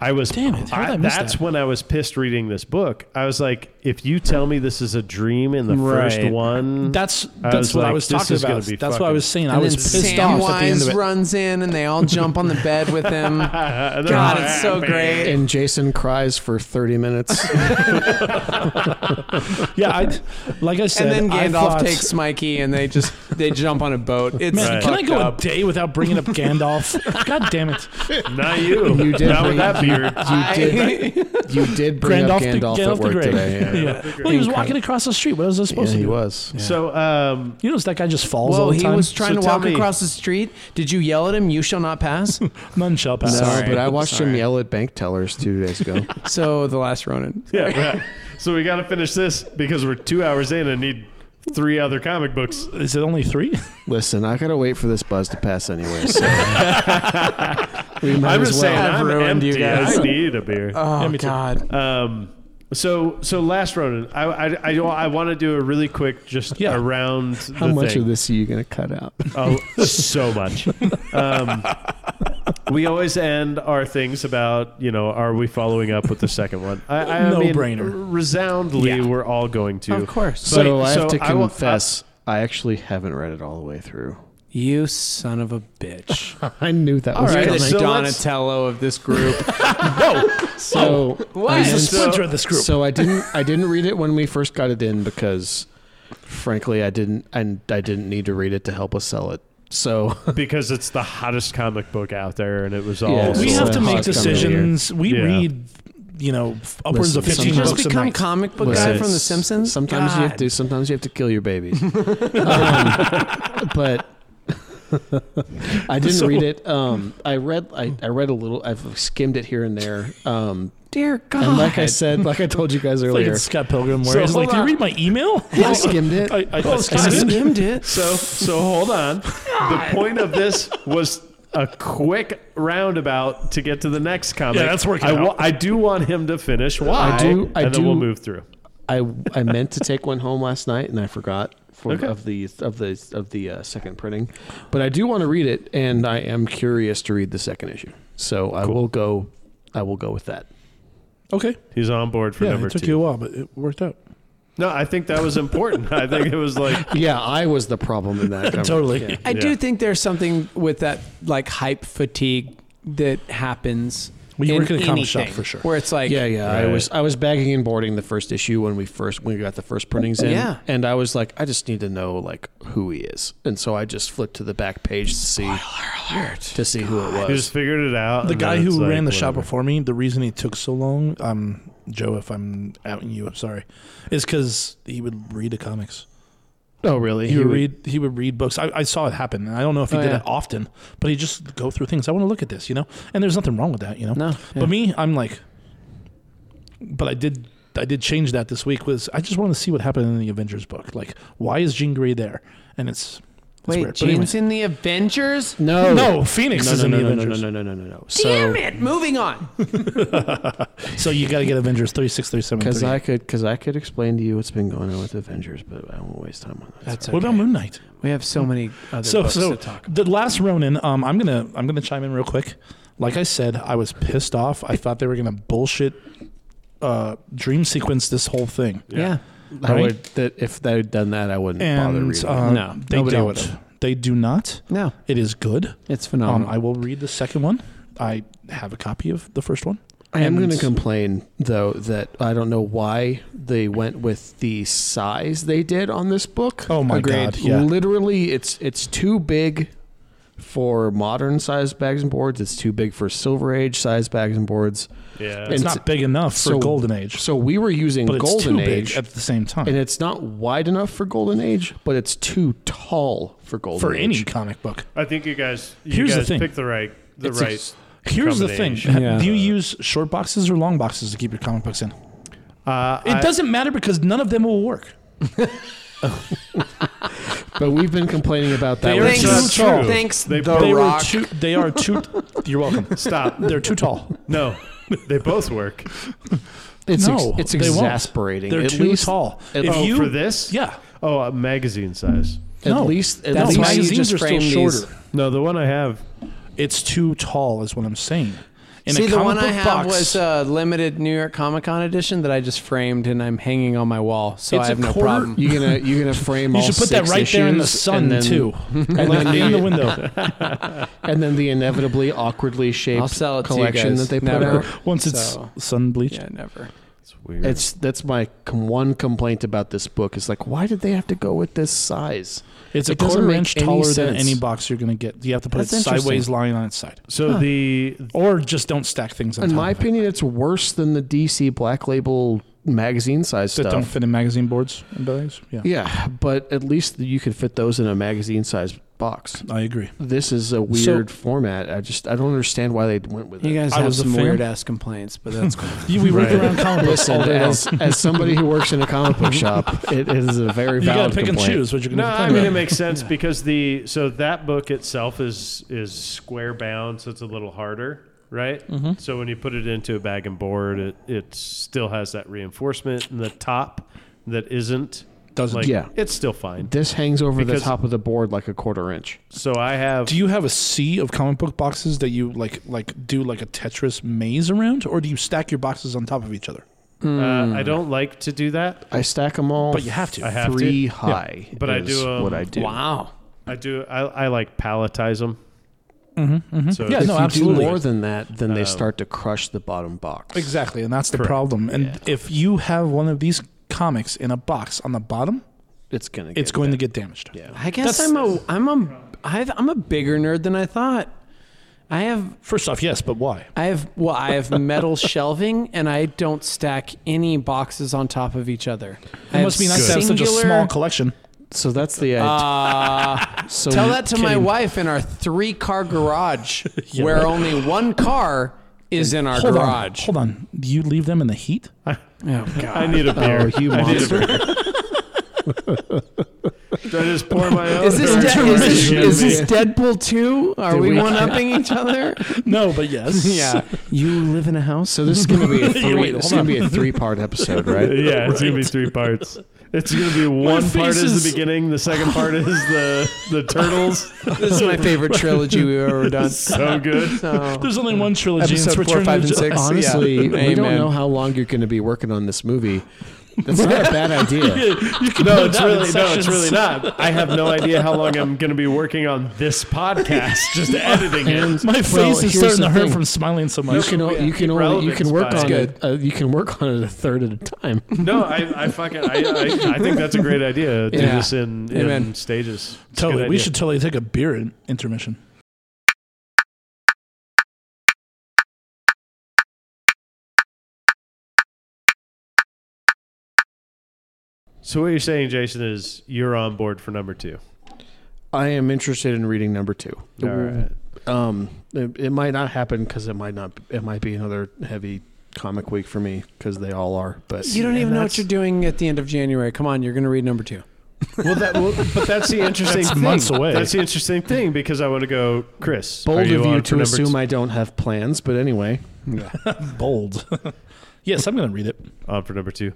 I was
Damn it, how did I miss
that's
that?
when I was pissed reading this book. I was like, if you tell me this is a dream in the first
Right.
one,
That's
I
that's
was
what I
like,
was
this
talking
is gonna
about.
be
That's what I was
fucking-
saying. I
Mm-hmm. And
was
then
pissed off at the end of
Samwise
it.
runs in, and they all jump on the bed with
<laughs>
him.
And they're
God,
all
Oh,
it's so
happy.
great.
And Jason cries for 30 minutes. <laughs>
yeah, I, like I
And
said,
then
I
Gandalf
thought,
takes Mikey, and they just they jump on a boat. It's
Man, can I
fucked
go
up.
a day without bringing up Gandalf? God damn it!
Not you.
You did
Not with
bring-
that beard.
You
<laughs>
did, you did bring up
the-
Gandalf
Gandalf
at work today. <laughs> Yeah,
Yeah. Well, he was walking across the street. What was I supposed
Yeah,
to
he
do?
was.
So, um,
You notice that guy just falls
Well,
all the
he
time.
was trying
So
to
tell
walk
me-
across the street. Did you yell at him? You shall not
<laughs>
pass.
None shall
No,
pass.
Sorry.
but I watched him
Sorry.
yell at bank tellers two days <laughs> ago.
so the last Ronin.
yeah, right. so we got to finish this because we're two hours in and need three other comic books.
Is it only three?
Listen, I gotta wait for this buzz to pass anyway. <laughs> So. we might
I'm
as
just
well.
saying,
I've
I'm
ruined
empty.
you guys.
I need a beer.
Oh
me too.
God!
Um, so, so last Ronan, I, I, I, don't- I want to do a really quick just
Yeah.
around.
How
the
much
thing.
of this are you gonna cut out?
Oh, so much. Um, we always end our things about, you know, are we following up with the second one? I, I mean,
No-brainer.
Resoundly, we're all going to.
Of course.
But-
So I have to
will-
confess, I actually haven't read it all the way through.
You son of a bitch!
I knew that
All
was
right,
coming.
so
the
let's-
Donatello of this group.
<laughs> So
What?
I
He's
He's the
And
meant-
splinter of this group.
So I didn't I didn't read it when we first got it in because frankly I didn't and I didn't need to read it to help us sell it. So
because it's the hottest comic book out there, and it was all.
Yeah,
we
so
have to
hot
make
coming
decisions. We
Yeah.
read, you know, f- upwards
Listen,
of fifteen
Did you
sometimes-
just
books a
become
night.
comic
<laughs>
book
Listen.
guy from The Simpsons?
sometimes you have
God.
to sometimes you have to kill
<laughs>
your babies. um, but <laughs> I didn't read it. Um, I read I, I read a little I've skimmed it here and there. Um,
Dear God!
and like I said, like I told you guys
Like
earlier,
it's Scott Pilgrim, where
So
he's like,
hold
"Do you
on.
read my email?"
I skimmed
Oh,
it.
<laughs> I, I, I
I
skimmed it.
skimmed <laughs> it.
So, so hold on. The point of this was a quick roundabout to get to the next comic.
Yeah, that's working
I, wa-
out.
I do want him to finish why.
do- I
and then
do-
we'll move through.
I I meant to take one home last night and I forgot for
Okay.
of the of the of the uh, second printing, but I do want to read it and I am curious to read the second issue. So I will go. I will go with that.
Okay,
He's on board for
yeah,
number
it took
two.
you a while, but it worked out.
No, I think that was important. I think it was
<laughs>
like
Yeah, I was the problem in <laughs> that.
Totally.
conversation.
I do
Yeah.
think there's something with that like hype fatigue that happens.
Well, you
in
work in a comic shop
anything,
for sure.
Where it's like,
Yeah, yeah. I
Right.
was I was bagging and boarding the first issue when we first when we got the first printings in.
Yeah.
And I was like, I just need to know like who he is, and so I just flipped to the back page to see to see who it was.
he just figured it out.
The
and
guy
then
who
it's like,
ran the shop
whatever.
before me, the reason he took so long, um, Joe, if I'm outing you, I'm sorry, is because he would read the comics.
oh, really?
He, would
would-
read. He would read books. I, I saw it happen. and I don't know if he
Oh,
did
yeah.
it often, but he just go through things. I want to look at this, you know. And there's nothing wrong with that, you know.
No, yeah.
But me, I'm like, but I did. I did change that this week. Was I just wanted to see what happened in the Avengers book? Like, why is Jean Grey there? And it's, it's
wait, Oh.
weird. But anyway.
Jean's in the Avengers?
No,
no, Phoenix
No,
is
no,
in
no,
the
no, no,
Avengers.
no, no, no, no, no, no.
Damn
So
it! Moving on.
So you got to get Avengers three six three
<laughs>
seven.
because
38.
I could because I could explain to you what's been going on with Avengers, but I won't waste time on that.
That's
what about Moon Knight?
We have so many other
so
books
so
to talk.
the last Ronin. Um, I'm gonna I'm gonna chime in real quick. Like I said, I was pissed off. I thought they were gonna bullshit, uh, dream sequence this whole thing.
Yeah. yeah.
I
Right?
would that if they had done that, I wouldn't bother
And
reading.
uh,
it.
No,
they
nobody
don't.
would've.
They do not.
No,
It is good.
it's
Um,
phenomenal.
I will read the second one. I have a copy of the first one.
I am
and-
going to complain though that I don't know why they went with the size they did on this book.
Oh my God, yeah.
Literally, it's it's too big for modern size bags and boards. It's too big for Silver Age size bags and boards.
Yeah.
It's,
And
not big enough for
so-
Golden Age,
So we were using
but it's
Golden
too
Age,
big at the same time
and it's not wide enough for Golden Age, but it's too tall for Golden
for
Age.
any <laughs> comic book.
I think you guys you
Here's the
guys
thing.
picked the right the
It's a-
right
Here's the thing:
Combination.
Yeah.
Do you use short boxes or long boxes to keep your comic books in?
uh,
It
I-
doesn't matter because none of them will work.
But we've been complaining about that.
They are
one
Thanks.
since-
That's true.
Thanks,
They-
The
they
Rock.
were too. They are
<laughs>
too. You're welcome. <laughs>
Stop.
They're too tall.
No, they both work.
It's, ex-
No,
it's
they won't.
exasperating.
They're
at
too
least,
tall.
at-
If
oh,
you-
for this?
Yeah.
Oh, uh, magazine size.
At
No.
least, at
That's
least
why
you
magazines
just
are still
frame these- <laughs>
shorter.
No, the one I have.
It's too tall, is what I'm saying. In
See,
a
the
comic
one
book
I have
box,
was uh, a limited New York Comic Con edition that I just framed and I'm hanging on my wall, so
It's
I
a
have no
quarter-
problem.
You're gonna you're gonna frame.
you
all
should put that
six
right there in the
issues,
sun
and then- <laughs>
too, and
then
in the
<laughs>
the-
window.
and then the inevitably awkwardly shaped
I'll sell it to you
collection
guys.
that they put
Never.
out.
Once it's
So-
sun bleached,
Yeah, never.
It's weird.
It's that's my com- one complaint about this book is like, why did they have to go with this size?
it's a
It doesn't
quarter
make
inch
any
taller than
sense.
any box you're gonna get. You have to put
That's
it sideways,
interesting.
lying on its side,
so the
or just don't stack things. On
In
top
my
of it
opinion, it's worse than the DC Black Label magazine size
that don't
stuff.
fit in magazine boards and bags. Yeah,
Yeah, but at least you could fit those in a magazine size box.
I agree.
This is a weird format. I just I don't understand why they went with
You
it.
guys
I
have
was a
some
fan.
weird ass complaints, but that's cool.
You, we
Right.
rake around
<laughs>
comic books all
Listen,
day long.
as, as somebody who works in a comic
<laughs>
book shop, it is a very
You gotta
valid
pick and
complaint.
choose what you're
No,
gonna.
I
complain
mean it
about.
makes sense because the so that book itself is is square bound, so it's a little harder, right? So when you put it into a bag and board, it it still has that reinforcement, and the top that isn't
Doesn't-
like,
yeah.
it's still fine.
This hangs over
Because-
the top of the board like a quarter inch.
So I have
Do you have a sea of comic book boxes that you like like do like a Tetris maze around, or do you stack your boxes on top of each other?
uh, I don't like to do that.
I stack them all.
But you have to.
I have
three
to.
high.
But I
is
do, um,
what I do.
wow.
I do. I, I like palletize them. So
Yeah,
it's-
no,
if you
absolutely. Uh,
do more than that, then they start to crush the bottom box.
Exactly, and that's the problem. And if you have one of these comics in a box on the bottom,
It's gonna. Get
it's going to get damaged.
Yeah.
I guess I'm a I'm a I've, I'm a bigger nerd than I thought. I have
First off, yes, but why?
I have well I have metal <laughs> shelving and I don't stack any boxes on top of each other. I
It must
have
be nice to have such a
singular-
small collection.
So that's the
Uh, <laughs>
idea. so
Tell that to my
Kidding.
wife in our three car
<laughs>
garage where only one car is in our
Hold
garage.
on, hold on. Do you leave them in the heat?
Oh god.
I need a beer.
you
I need a
monster.
beer. Do I just pour my own?
Is this,
or-
de- is this,
You
is
and me?
this Deadpool 2? Are we, one upping each
<laughs>
other?
No, but
<laughs>
yes.
Yeah. You live in a house?
So this is gonna be a three.
wait, hold
this is gonna
on.
be a three-part
<laughs>
episode, right?
Yeah, it's gonna be three parts. It's gonna <laughs> be one part
face
is,
is-
the beginning, the second part is the <laughs> the turtles.
This is my favorite trilogy we've ever <laughs> done.
So good.
So,
There's only one trilogy. and it's
episode 4,
Return
5,
of
and
the
6.
Honestly,
yeah.
we don't know how long you're gonna be working on this movie. That's not a bad idea.
Jedi. <laughs> You can
No,
put
it's
that in
really no, it's
sections.
really not. I have no idea how long I'm gonna be working on this podcast, <laughs> just editing it.
My face is
here's
starting
the
to hurt
thing.
from smiling so
You
much.
can, o- you can only you can
relevance
work
by-
on it. Uh, you can work on it a third at a time.
No, I, I fucking I, I, I think that's a great idea. Do
Yeah.
this in,
Amen.
in stages. It's a good
Totally. We
idea.
should totally take a beer in- intermission.
So what you're saying, Jason, is you're on board for number two.
I am interested in reading number two.
All right.
Um, it, it might not happen because it might not. It might be another heavy comic week for me because they all are. But
You don't
And
even know
that's-
what you're doing at the end of January. Come on, you're going to read number 2.
Well, that well, but <laughs> that's the interesting
That's
thing.
months away.
That's the interesting thing because I want to go, Chris. are
bold of
on
you
for
to
number
assume
two?
I don't have plans. But anyway,
Bold. <laughs> yes, I'm going to read it.
on for number two.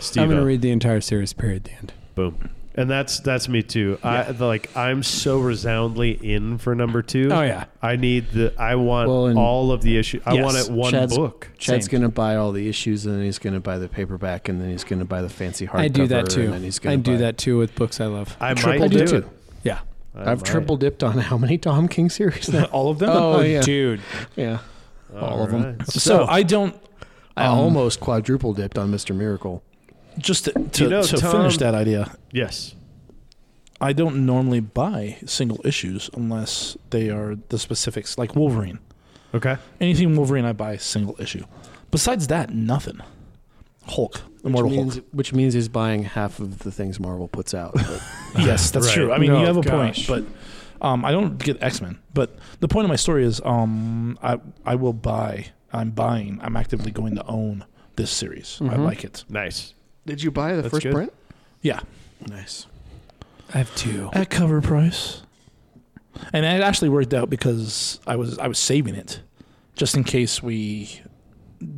Steve,
I'm going to read the entire series period at the end.
boom, and that's that's me too. I like I'm so resoundly in for number two.
Oh, yeah.
I need the I want
Well, and-
all of the issues. I want
Yes.
it one
Chad's-
book.
Chad's
Same.
gonna buy all the issues, and then he's gonna buy the paperback, and then he's gonna buy the fancy hardcover.
I do that too.
And then he's gonna
I
buy-
do that too with books I love.
I
Triple
might do
dip
it.
too.
Yeah.
I
I've
might.
triple dipped on how many Tom King series?
<laughs>
now?
All of them?
Oh,
Oh,
yeah.
dude.
yeah, all of them.
right.
so, I don't.
I almost quadruple dipped on Mister Miracle.
Just to, to,
You know,
to
Tom-
finish that idea,
Yes.
I don't normally buy single issues unless they are the specifics, like Wolverine.
Okay.
Anything Wolverine, I buy single issue. Besides that, nothing. Hulk,
Which
Immortal
means,
Hulk.
which means he's buying half of the things Marvel puts out. but-
Yes, that's
Right.
true. I mean,
No,
you have a
gosh.
point, but um, I don't get X Men. But the point of my story is, um, I I will buy. I'm buying. I'm actively going to own this series. I like it.
Nice.
<laughs> Did you buy the
That's
first
good.
print?
Yeah.
Nice.
I have two.
At cover price. And it actually worked out because I was I was saving it just in case we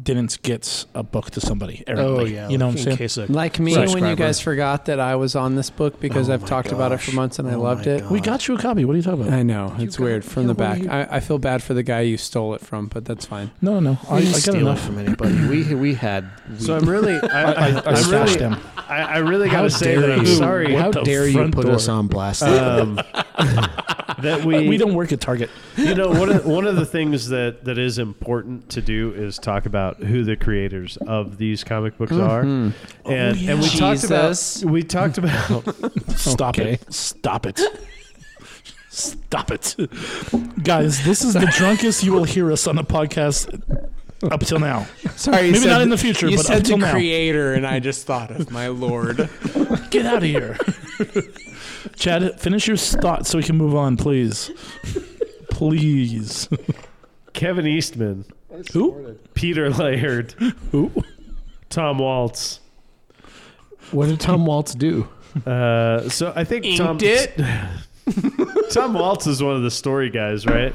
didn't get a book to somebody.
Oh
errantly.
yeah.
You know
like
what I'm
in
saying?
case of-
Like me, when you
Subscriber.
guys forgot that I was on this book because
Oh
I've
my
talked about it
gosh.
for months and I
Oh
loved
my
it.
God.
we got you a copy. What are you talking about?
I know it's
got-
weird from
yeah,
the
what are
back.
you-
I, I feel bad for the guy you stole it from, but that's fine.
No, no, no. I, I
didn't
got
steal it
enough.
from anybody. We we had. We,
So I'm really, I,
I, I,
am really,
stashed them.
I, I really
how
gotta say
dare
that I'm
you?
sorry
How
What the
dare you
front
put
door?
us on blast?
um, that we,
We don't work at Target.
you know, one of, one of the things that, that is important to do is talk about who the creators of these comic books are,
Mm-hmm.
and
yeah.
and we talked
Jesus.
about we talked about <laughs>
Stop it. Stop it. Stop it. Guys, this is the drunkest you will hear us on the podcast up till now.
Sorry, you
Maybe
said
not in
the-
the future,
You
but
said
up till
the
now.
creator, and I just thought of my lord.
Get out of here. Chad, finish your thought so we can move on, please. Please.
Kevin Eastman,
Who?
Peter Laird,
Who?
Tom Waltz.
<laughs> what did Tom Waltz do?
Uh, so I think Tom
Inked
<laughs>
it.
Tom Waltz is one of the story guys, right?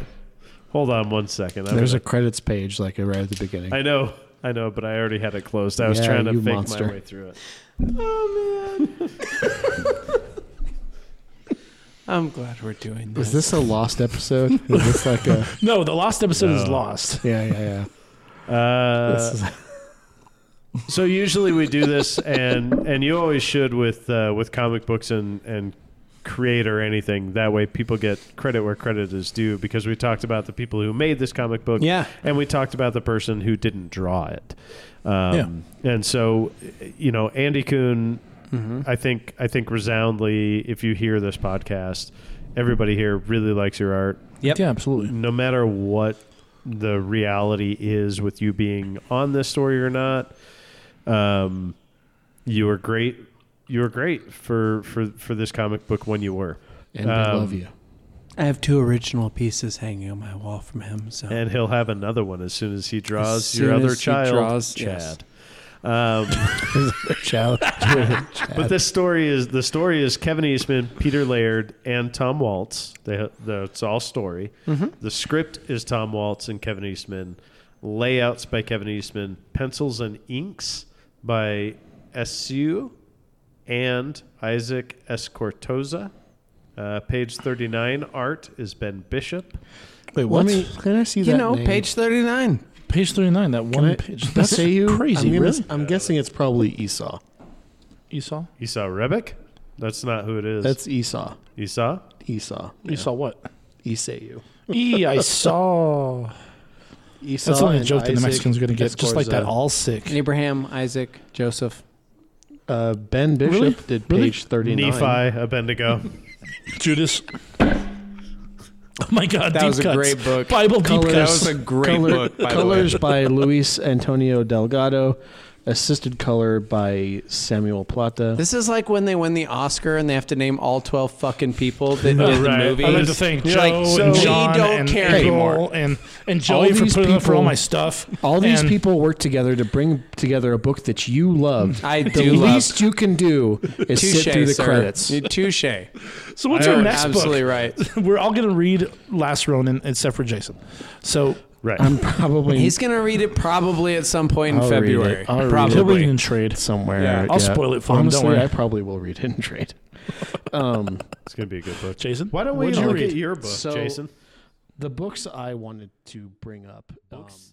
Hold on one second. I'm
There's a
gonna-
credits page like right at the beginning.
I know, I know, but I already had it closed. I was
Yeah,
trying to
you
fake
monster.
my way through it.
I'm glad we're doing this.
Is this a lost episode? Is this like
<laughs>
a
No, the last episode is
No.
lost.
yeah yeah yeah?
Uh,
This is-
<laughs> so usually we do this, and and you always should with uh, with comic books and and create or anything. That way, people get credit where credit is due because we talked about the people who made this comic book,
Yeah.
and we talked about the person who didn't draw it. Um, And so, you know, Andy Kuhn, I think I think resoundly, if you hear this podcast, everybody here really likes your art
Yep.
Yeah, absolutely.
no matter what the reality is with you being on this story or not, um, you were great. You were great for for for this comic book when you were,
and we
um,
love you.
I have two original pieces hanging on my wall from him. So
and he'll have another one as soon as he draws
As
your
soon
other
as he
child,
draws- yes.
Chad.
<laughs>
Um, <laughs>
Chad,
but this story is the story is Kevin Eastman, Peter Laird, and Tom Waltz. They, the, it's all story.
Mm-hmm.
The script is Tom Waltz and Kevin Eastman. Layouts by Kevin Eastman. Pencils and inks by SU and Isaac Escortoza. Uh, page thirty nine. Art is Ben Bishop.
Wait,
let
what?
me can I see
you
that
know,
name?
page thirty-nine.
Page 39, that
Can
one
I,
page.
can I say you?
crazy,
I'm, gonna-
really?
I'm guessing it's probably Esau.
Esau?
Esau Rebick. That's not who it is.
That's Esau.
Esau.
Esau.
Esau what?
Yeah. Esau.
E, I saw.
Esau.
That's only a
and
joke that the
Isaac
Mexicans are going to get. Just like that,
Escorza.
all sick.
Abraham, Isaac, Joseph.
Uh, ben Bishop
Really?
did
Really?
page 39.
Nephi Abendigo.
Judas. Oh my God!
That
deep
was a
cuts.
great book.
Bible deep
That
cuts.
was a great
Color-
book. By
colors
the way.
by Luis Antonio Delgado. Assisted color by Samuel Plata.
This is like when they win the Oscar and they have to name all twelve fucking people that
Oh,
did the
right.
movie.
I like to thank
You're
Joe
like, so-
and
We
John
don't
and
care
Abel
anymore.
and and Joey for
these
putting up for all
people-
my stuff.
All these
And
people work together to bring together a book that you love.
I
the
do love-
least you can do is sit through the credits.
Touche.
So what's
You're
our next
absolutely
book?
right.
<laughs>
<laughs>
We're all gonna read Last Ronin except for Jason. So
Right.
I'm probably
He's gonna read it probably at some point in
I'll read
February.
it. I'll read it.
probably.
he'll read it in trade.
somewhere.
Yeah.
I'll spoil it for him, don't
Honestly,
worry.
I probably will read it in <laughs> trade. Um,
it's gonna be a good book.
Jason,
Why don't we
what'd you
look
read?
at your book,
So-
Jason?
the books I wanted to bring up. um,